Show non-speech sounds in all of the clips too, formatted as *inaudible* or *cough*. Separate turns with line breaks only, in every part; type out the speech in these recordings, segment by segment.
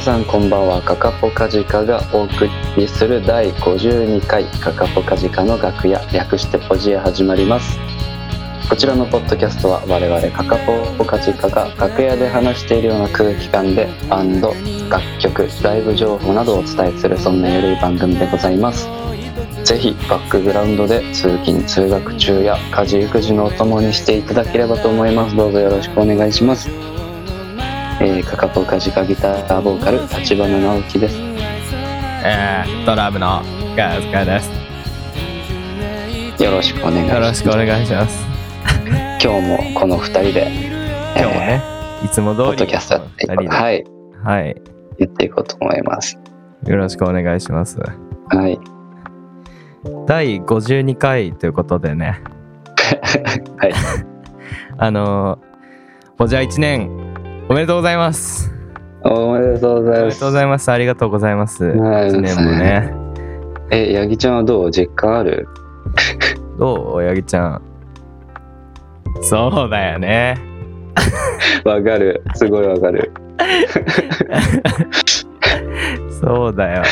さんこんばんはカカポカジカがお送りする第52回カカポカジカの楽屋略してポジへ始まりますこちらのポッドキャストは我々カカポカジカが楽屋で話しているような空気感でバンド楽曲ライブ情報などをお伝えするそんなゆるい番組でございますぜひバックグラウンドで通勤通学中や家事育児のお供にしていただければと思いますどうぞよろしくお願いしますえー、かかとかじかギターボーカル立花直樹です
えー、ドラムのガーズカです。
よろしくお願いし
よろ
ま
し
す
くお願いします。
今日もこの2人で
今日もね、いつも
ポ
通
ッド
り
キャストやっていこう
二人で
はい
はい、
やっていこうと思います
よろしくお願いします。
はい
第52回ということでね、
*laughs* はい
*laughs* あのー、ボジャ1年おめでとうございます。
おめでとうございま
おめでとう
す
ございます。ありがとうございます。
はい
1年もね。
え八木ちゃんはどう実感ある
どう、八木ちゃん。そうだよね。
わかるすごいわかる
そうだよ。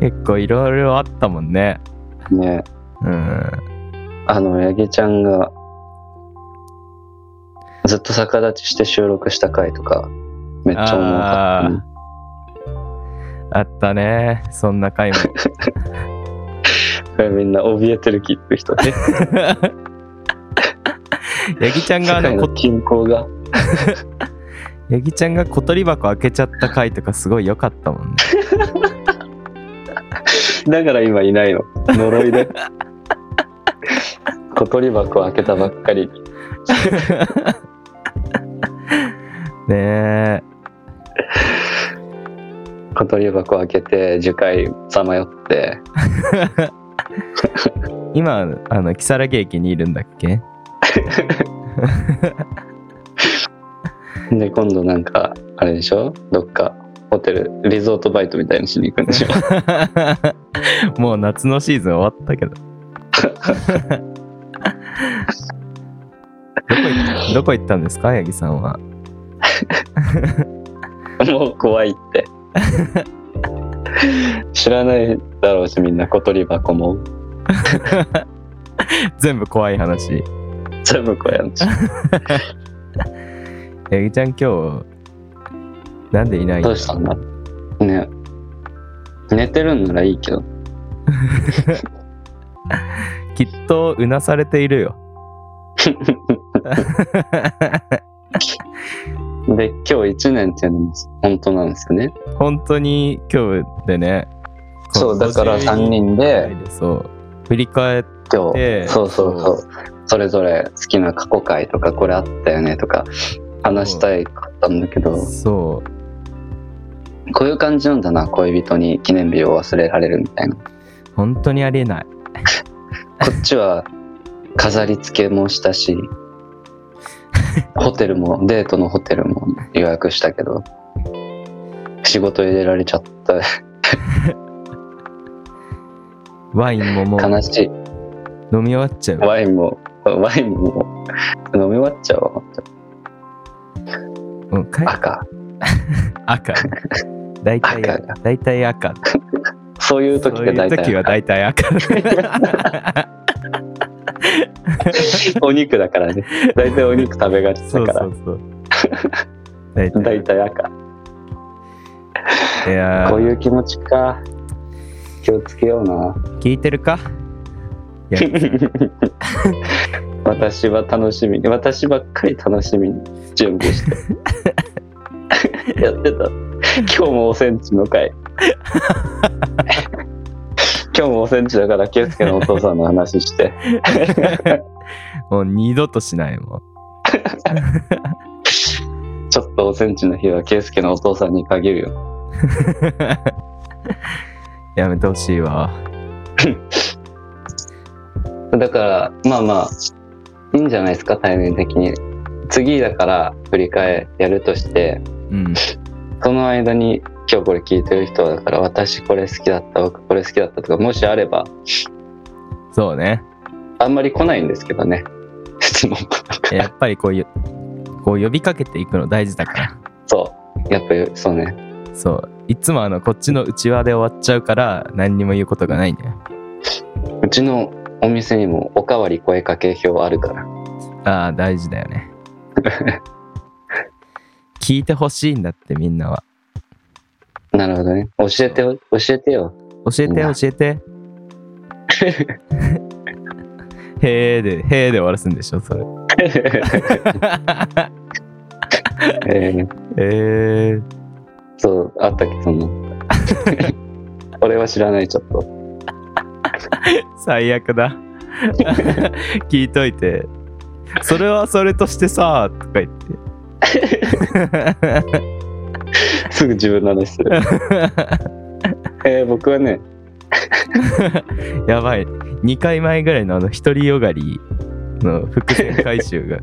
結構いろいろあったもんね。
ね
うん。
あの八木ちゃんがずっと逆立ちして収録した回とかめっちゃ重かったね
あったね。そんな回も。
これみんな怯えてるきって人ね
ヤギちゃんが
*laughs*
あ
世界
の
の
こ、
均衡が
ヤギちゃんが小鳥箱開けちゃった回とかすごい良かったもんね。
だから今いないの呪いで *laughs* 小鳥箱を開けたばっかり
ね
小鳥箱を開けて樹海さまよって
え。今、あの、木更木駅にいるんだっけ *laughs*
で今度なんかあれでしょどっかホテルリゾートバイトみたいにしに行くんでしょ
もう夏のシーズン終わったけど。ど *laughs* こ行ったどこ行ったんですか、ヤギさんは。
*laughs* もう怖いって *laughs* 知らないだろうしみんな小鳥箱も
全部怖い話。
全部こうやんし
ヤギちゃん今日、なんでいない
どうしたんだね寝てるんならいいけど
きっとうなされているよ。
で今日1年っていうのも本当なんですよね
本当に今日でね
そうだから3人で
そう振り返っ
今
ええ
日そうそうそ
そう
それぞれ好きな過去回とかこれあったよねとか話したいかったんだけど
そ
こういう感じなんだな恋人に記念日を忘れられるみたいなこ
う本当にありえない
っちは飾り付けもしたし
*laughs*
ホテルもデートのホテルも予約したけど仕事入れられちゃった
ワインももう
悲しい
飲み終わっちゃう
ワインもワインも飲み終わっちゃうわ
うんかい
赤
赤大体
赤が
大体赤
そういう時
そう
が
い
大
う時
体
は大体
*laughs*
赤
お肉だからね大体お肉食べがちだ
そう
か
そ
ら
うそう大体
大体赤
いやー
こういう気持ちか気をつけような
聞いて
*laughs*
るか
私は楽しみに私ばっかり楽しみに準備してやってた今日もおセンチの回今日もおセンチだから圭介のお父さんの話して
もう二度としないもん
ちょっとおセンチの日は圭介のお父さんに限るよ
やめてほしいわ
だからまあまあいいんじゃないですか対面的に次だから振り返やるとして
うん
その間に今日これ聞いてる人はだから私これ好きだった僕これ好きだったとかもしあれば
そうね
あんまり来ないんですけどね *laughs* 質問とか *laughs*
やっぱりこういうこう呼びかけていくの大事だから
そやっぱそうね
そういつもあのこっちの内輪で終わっちゃうから何にも言うことがないんだよ
うちのお店にもおかわり声かけ表あるから
ああ大事だよね聞いてほしいんだってみんなは
なるほどね教えて教えてよ
教えて
みんな
教えてへえでへえで終わらすんでしょそれ
えー
えー、
そうあったっけそんな俺は知らないちょっと
最悪だ *laughs* 聞いといてそれはそれとしてさとか言って
すぐ自分の話するえー僕はね
やばい2回前ぐらいのあの独りよがりの伏線回収
*laughs*
が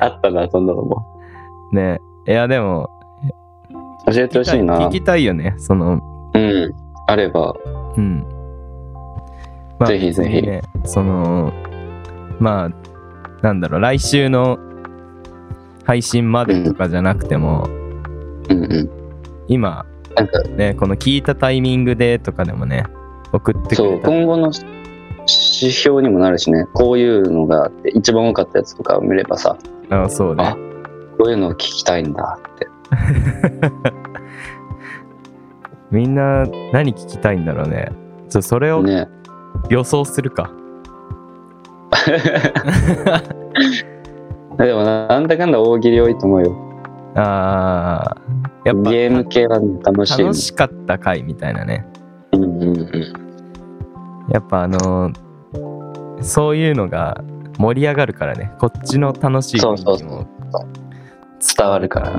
あったなそんなのも
ねいやでも
教えてほしいな
聞きたいよねその
うんあれば
うん、ま
ぜひぜひ
別にねそのまあなんだろう来週の配信までとかじゃなくても、
うんうん
今
なんか
ねこの聞いたタイミングでとかでもね送ってく
そ
れ
う
たら
今後の指標にもなるしねこういうのがあって一番多かったやつとかを見ればさ
あそうね
あこういうのを聞きたいんだって
みんな何聞きたいんだろうねちょそれを
ね
予想するか、
でもなんだかんだ大喜利多いと思うよ
あーやっぱ
ゲーム系は、ね、楽しいもん
楽しかった回みたいなね
うんうんうん
やっぱあのーそういうのが盛り上がるからねこっちの楽しい
そうそう
雰囲気も
伝わるから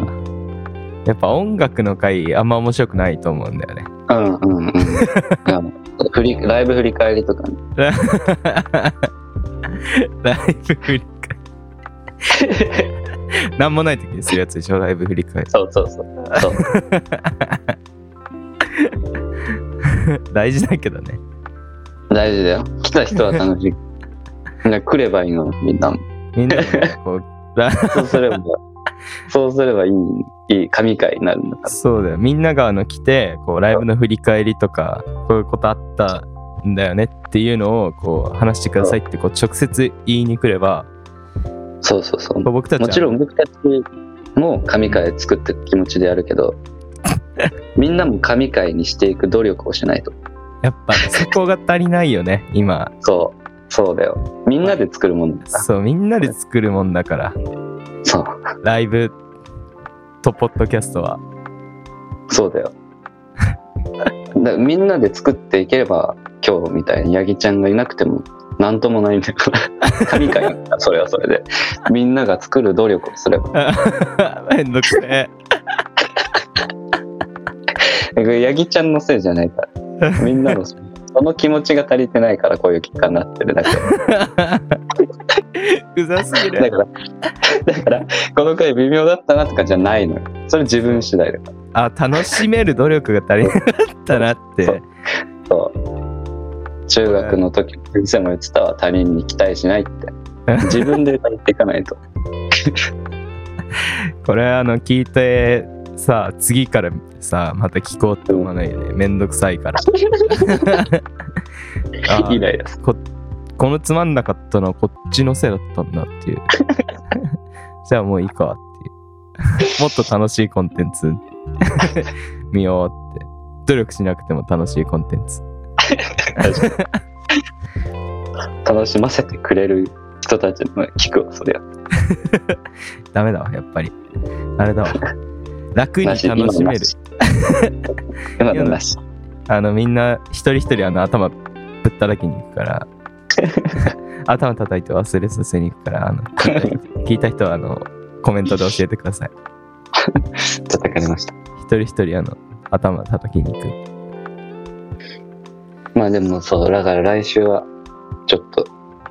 やっぱ音楽の回あんま面白くないと思うんだよね *laughs*
うんうんうんあの振りライブ振り返りとかね
ライブ振り返り *laughs* なんもない時にするやつでしょライブ振り返り
そうそうそうそう
大事だけどね
大事だよ来た人は楽しい
*laughs*
みんな来ればいいのみんなも
みんなもねこう
そうすればそうすればいいいい神回になるんだか
そうだよみんながあの来てこうライブの振り返りとかこういうことあったんだよねっていうのをこう話してくださいってこう直接言いに来れば
らそうそうそう
こう僕たち
も
は
ちろん僕たちも神回作っていく気持ちでやるけどみんなも神回にしていく努力をしないと
やっぱそこが足りないよね今
*laughs* そうそうだよみんなで作るもんだから
そうみんなで作るもんだから
そう
ライブとポッドキャストは *laughs*
そうだよだからみんなで作っていければ今日みたいにヤギちゃんがいなくても何ともないんだから神回なんだそれはそれでみんなが作る努力をすれば
めんどくせえ
ヤギちゃんのせいじゃない
*laughs*
からみんなのその気持ちが足りてないからこういう結果になってるだけ
うざすぎ
だ
る
からだからこの回微妙だったなとかじゃないのよそれ自分次第だか
あ楽しめる努力が足りなかったなって
そうらそう中学の時の先生も言ってたわ他人に期待しないって自分で言っていかない
*laughs*
と
これあの聞いてさ次からさまた聞こうって思わないよねめんどくさいからあ
イライラす
ここのつまんなかったのはこっちのせいだったんだっていう *laughs* じゃあもういいかっていう *laughs* もっと楽しいコンテンツ *laughs* 見ようって努力しなくても楽しいコンテンツ
る楽しませてくれる人たちの聞くわそりゃ
ダメだわやっぱりあれだわ楽に楽しめる *laughs*
今のなし
あのみんな一人一人あの頭ぶっただけに行くから *laughs* 頭叩いて忘れさせに行くからあの
今のなし
聞いた人はあのコメントで教えてください
叩かれました
一人一人あの頭叩きに行く
まあでもそうだから来週はちょっと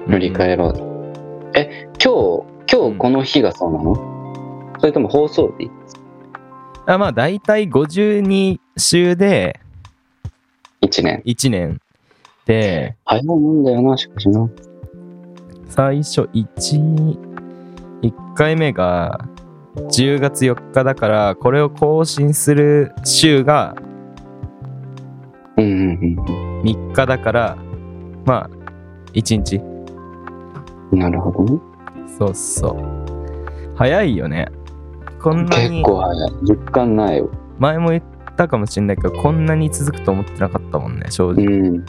振り
り
返ろう、え今日今日この日がそうなの、それとも放送日
あまあ大体52週で
1年
1年で
早いもんだよなしかしな
最初11回目が10月4日だからこれを更新する週が
うんうんうん
3日だからまあ1日
うん。なるほどね。
そうそう早いよねこんな
結
に
構早い。実感ないよ。
前も言ったかもしれないけどこんなに続くと思ってなかったもんね正
う
直、
ん。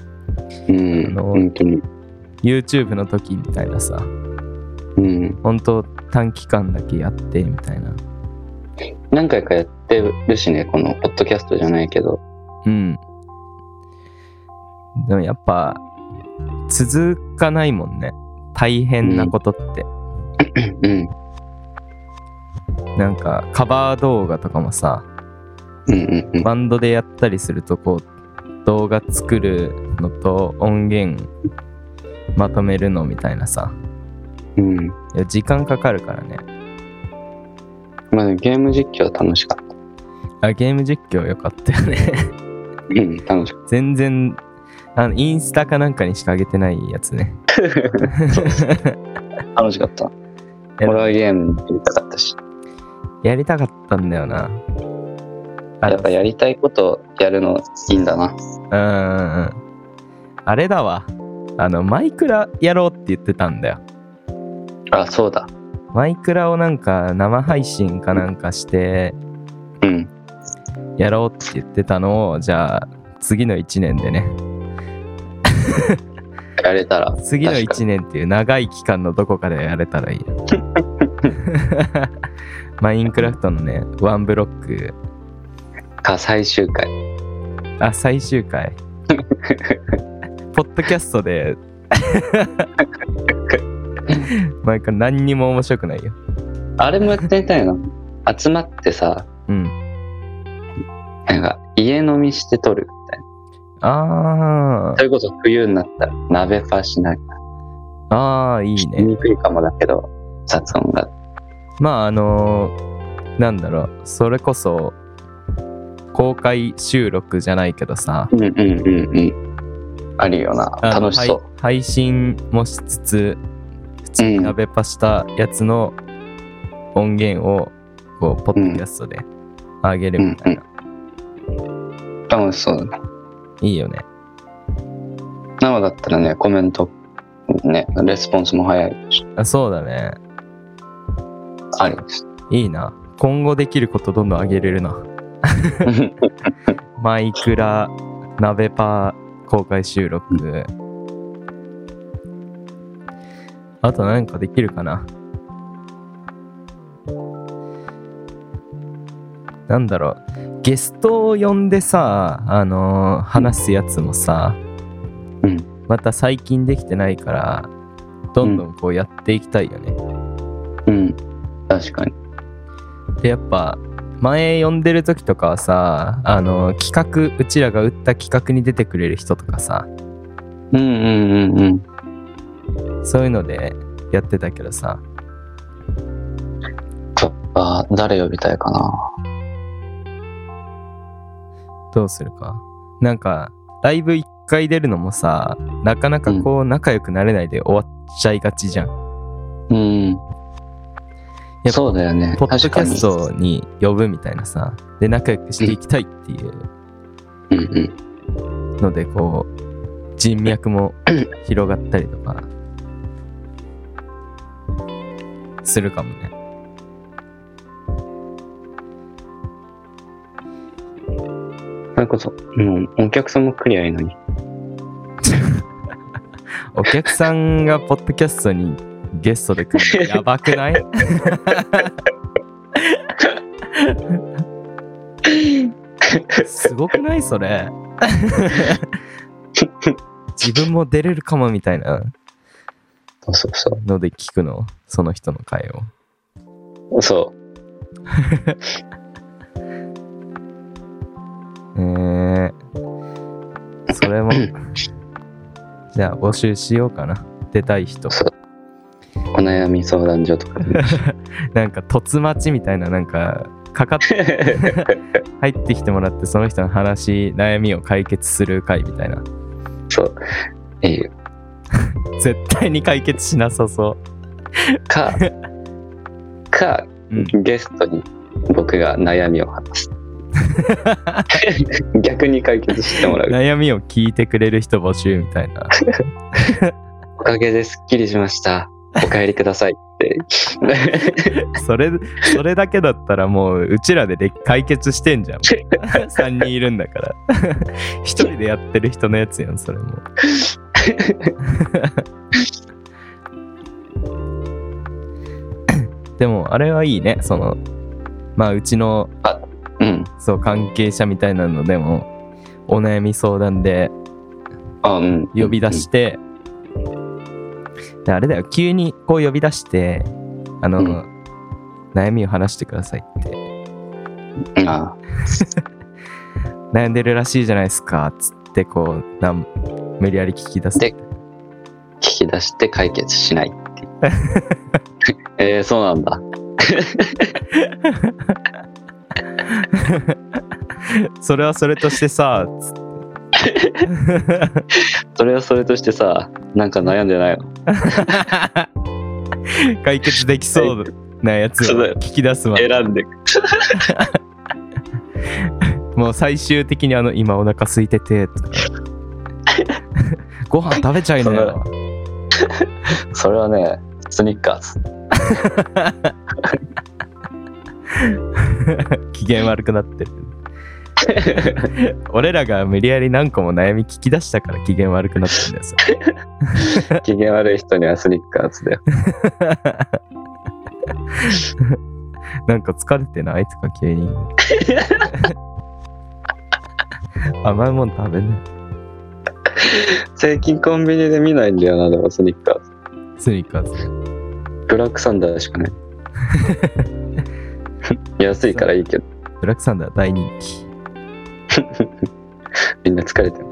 うん。
あの
本当に。
YouTube の時みたいなさ
うん。
本当短期間だけやってみたいな
何回かやってるしね、このポッドキャストじゃないけど。
うんでもやっぱ続かないもんね大変なことって、
うん。
なんかカバー動画とかもさ
うんうんうん。
バンドでやったりするとこう動画作るのと音源まとめるのみたいなさ
うん。
いや時間かかるからね
まあでもゲーム実況は楽しかった。
あゲーム実況よかったよね *laughs*
うん、楽しかっ
全然あのインスタかなんかにしか上げてないやつね
た。楽しかった。
や
ホラーゲームやりたかったし。
やりたかったんだよなあ
やっぱやりたいことやるのいいんだな。
うんうんうんあれだわあのマイクラやろうって言ってたんだよ
あ、そうだ。
マイクラをなんか生配信かなんかして
うん。
やろうって言ってたのをじゃあ次の1年でね
やれたら。
次の
確か
1年っていう長い期間のどこかでやれたらいいよマインクラフトのねワンブロック
か、最終回。 *laughs*
あ最終回ポッドキャストでマイクラ何にも面白くないよ
あれもやってみたいな。集まってさ、
うん
なんか、家飲みして撮るみたいな。
あ
それこそ冬になったら鍋ファしなきゃ。
あああいい
見
ね
にくいかもだけど、雑音が。
まああのーなんだろうそれこそ公開収録じゃないけどさ
うんうんうんうん。あるよな。
あの
楽しそう。
はい配信もしつつ普通に鍋パしたやつの音源をこうポッドキャストで上げるみたいな、
楽しそうだ。
いいよね
生だったらね、コメント、ね、レスポンスも早いし、
あそうだね
ありです。
いいな今後できることどんどん上げれる
*laughs*
な
うん
マイクラ鍋パ公開収録、あと何かできるかななんだろうゲストを呼んでさあのー話すやつもさ、
うん
また最近できてないからどんどんこうやっていきたいよね、
うん。確かに。
でやっぱ前呼んでる時とかはさあの企画うちらが打った企画に出てくれる人とかさ
うんうんうんうん。
そういうのでやってたけどさ
そっか、誰呼びたいかな。
どうするかなんかライブ一回出るのもさなかなかこう仲良くなれないで終わっちゃいがちじゃん、
うん。
ぱ
そうだよね。
ポッドキャス
確か
トに呼ぶみたいなさで仲良くしていきたいっていう
に。うんうん。
のでこう人脈も広がったりとかするかもね
それこそ、もうお客さんも来りゃいいのに。
お客さんがポッドキャストにゲストで来るのやばくないすごくないそれ自分も出れるかもみたいな
そうそうそ
ので聞くのその人の会を
う。そ
えー、それもじゃあ募集しようかな出たい人
う。お悩み相談所と
*laughs*
かで。
なんか突待ちみたいななんかかかっ入ってきてもらってその人の話悩みを解決する会みたいな
そう。いいよ。
*laughs* 絶対に解決しなさそう
か、か、
うん
ゲストに僕が悩みを
*laughs*
話す逆に解決してもらう
悩みを聞いてくれる人募集みたいな。
おかげですっきりしましたお帰りくださいって
*laughs* それ、それだけだったらもう、うちらでで解決して
*laughs*
んじゃん。3人いるんだから。1人でやってる人のやつやん、それも。 *laughs* でも、あれはいいね。その、まあ、うちの、
うん
そう、関係者みたいなのでも、お悩み相談で
あうん
呼び出して、であれだよ急にこう呼び出してあの、
うん
悩みを話してくださいって
うんあ
悩んでるらしいじゃないですかっつってこうなん無理やり聞き出す
で聞き出して解決しないっていう *laughs* えー、そうなんだ
それはそれとして
*laughs*
さつっ
それはそれとしてさなんか悩んでないの
て解決できそうなやつ
そうだよ
を聞き出すわ
選んで
もう最終的にあの今お腹空いて
*laughs*
てとかご飯食べちゃいなよ
それはねスニッカーズ
機嫌悪くなって *laughs* る俺らが無理やり何個も悩み聞き出したから機嫌悪くなってるんだよそれ
機嫌悪い人にはスニッカーズ
*laughs*
だよ
なんか疲れてないとか
*laughs*
急に甘いもん食べない
最近コンビニで見ないんだよなでもスニッカーズ
スニーカーズ
ブラックサンダーしか
*laughs*
ない安いからいいけど
ブラックサンダー大人気
みんな疲れてる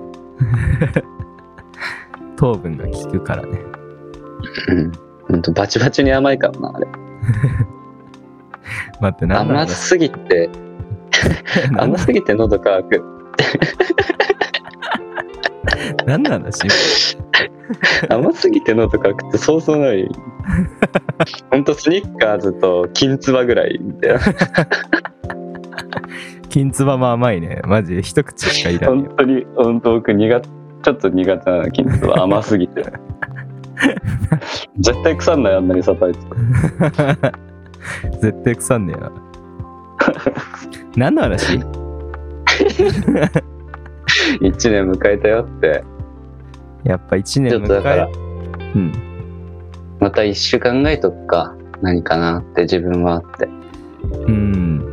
糖分が効くからね *laughs*
うんほんとバチバチに甘いからなあれ
待って何な
甘
んだ
すぎて
*laughs*
甘すぎて喉乾く
何なんだし
甘すぎて喉乾くってそうそう
*laughs*
ないほんとスニッカーズと金つばぐらいだよ
金つばも甘いねマジで一口しかいらない
本当に本当僕苦手ちょっと苦手なのキンツ
*laughs*
は甘すぎて絶対腐んないあんなにさばいてた
*laughs* 絶対腐んねえな何の話
1年迎えたよって
やっぱ1
ち
年
ょっとだ
迎
から
えうん
また1週考えとくか何かなって自分はあって
うん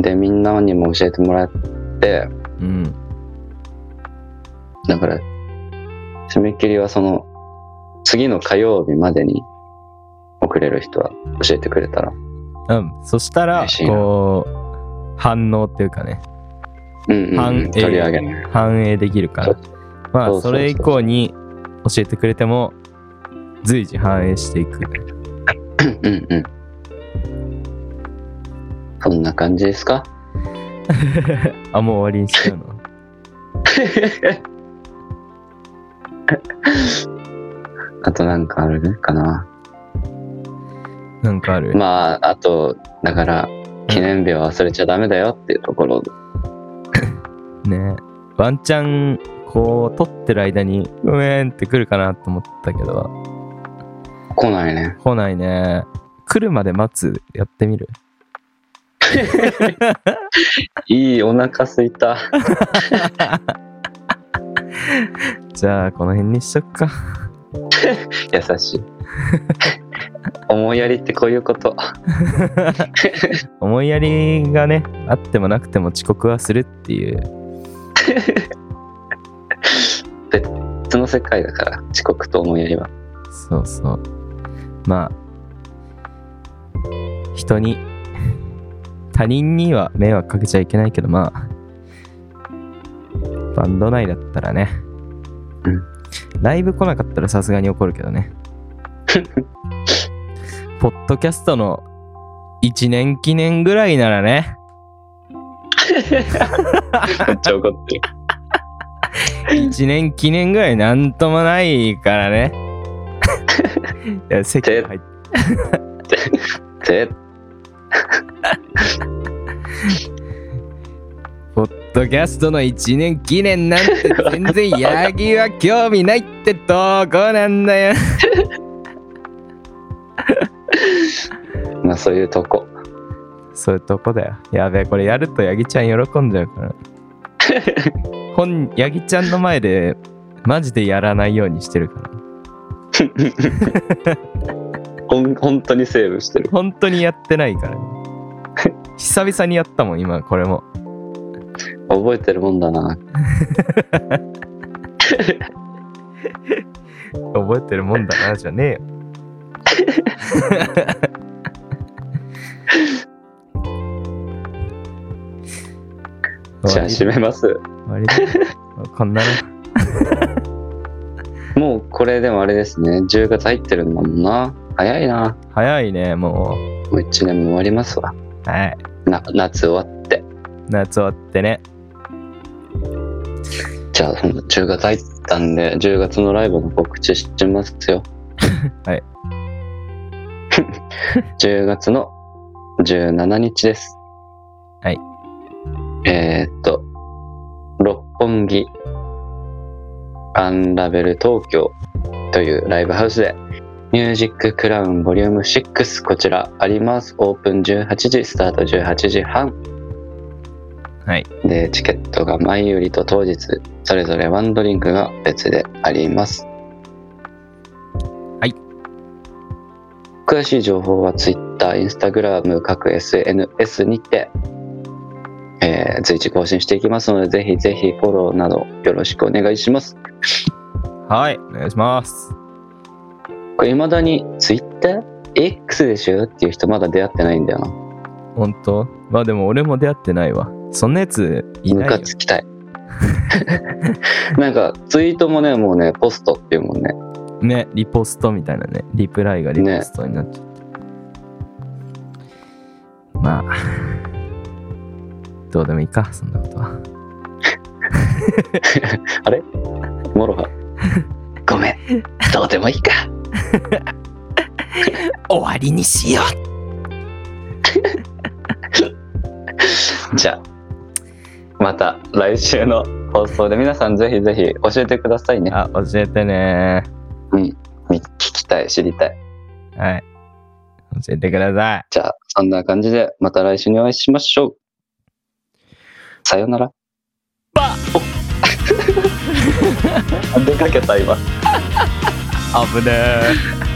でみんなにも教えてもらって
うん
だから締め切りはその次の火曜日までに送れる人は教えてくれたら
うんそしたら
嬉しいな
こう反応っていうかね
うんうん、う
反
ん、
映
取り上げない
反映できるからま
そ
あ
うそ
そう
そう
れ以降に教えてくれても随時反映していく
うんうんそんな感じですか
あもう終わりにしちゃ
*laughs*
うの
あとなんかあるかな。
なんかある、
まあ、あと、だから、記念日は忘れちゃダメだよっていうところ。
ねワンチャンこう撮ってる間にうえんって来るかなと思ったけど
来ないね。
来ないね来るまで待つやってみる
いい、お腹すいた。
じゃあこの辺にしとくか
優し *laughs* い。思いやりってこういうこと。
思いやりがねあってもなくても遅刻はするっていう
別の世界だから、遅刻と思いやりは。
そうそうまあ人に *laughs* 他人には迷惑かけちゃいけないけどまあバンド内だったらね
うん
ライブ来なかったらさすがに怒るけ
*laughs*
どねポッドキャストの1年記念ぐらいならね
めっちゃ怒って *laughs* る。
1年記念ぐらいなんともないか
*laughs*
らねいや席入って
絶
ポッドキャストの1年記念なんて全然ヤギは興味ないってとこなんだよ。
まあそういうとこ
そういうとこだよ。やべえ、これやるとヤギちゃん喜んじゃう *laughs* から。本、ヤギちゃんの前でマジでやらないようにしてるから。
ほん本当にセーブしてる
本当にやってないから、ね。久々にやったもん、今これも。
覚えてるもんだな
覚えてるもんだな、じゃねえよ。 *laughs*
じゃあ閉めます
終わりだ *laughs* こんなの
もうこれでもあれですね10月入ってるんだもんな早いな
早いねもう
もう1年も終わりますわ
はい
な夏終わって
夏終わってね
じゃあその10月入ったんで10月のライブの告知しますよ
*laughs* はい
*laughs* 10月の17日です
はい
えーっと六本木アンラベル東京というライブハウスでミュージッククラウンボリューム6こちらありますオープン18時スタート18時半
はい
でチケットが前売りと当日それぞれワンドリンクが別であります
はい
詳しい情報は Twitter、Instagram 各 SNS にて、えー随時更新していきますのでぜひぜひフォローなどよろしくお願いします
はいお願いします
これ未だに TwitterX でしょっていう人まだ出会ってないんだよな
本当まあでも俺も出会ってないわそんなやつい
ム
ないよ
カつきたい *laughs* なんかツイートもねもうねポストっていうもんね
ねリポストみたいなねリプライがリポストになっちゃって、まあ *laughs* どうでもいいかそんなことは
モロハ。ごめん、どうでもいいか。
終わりにしよ
じゃあ、また来週の放送で皆さんぜひぜひ教えてくださいうね。
あ教えてね
うん、聞きたい、知りたい。
はい教えてください
じゃあ、そんな感じでまた来週にお会いしましょう。さよな *laughs* ら。
バ
お出かけた今。
危ねえ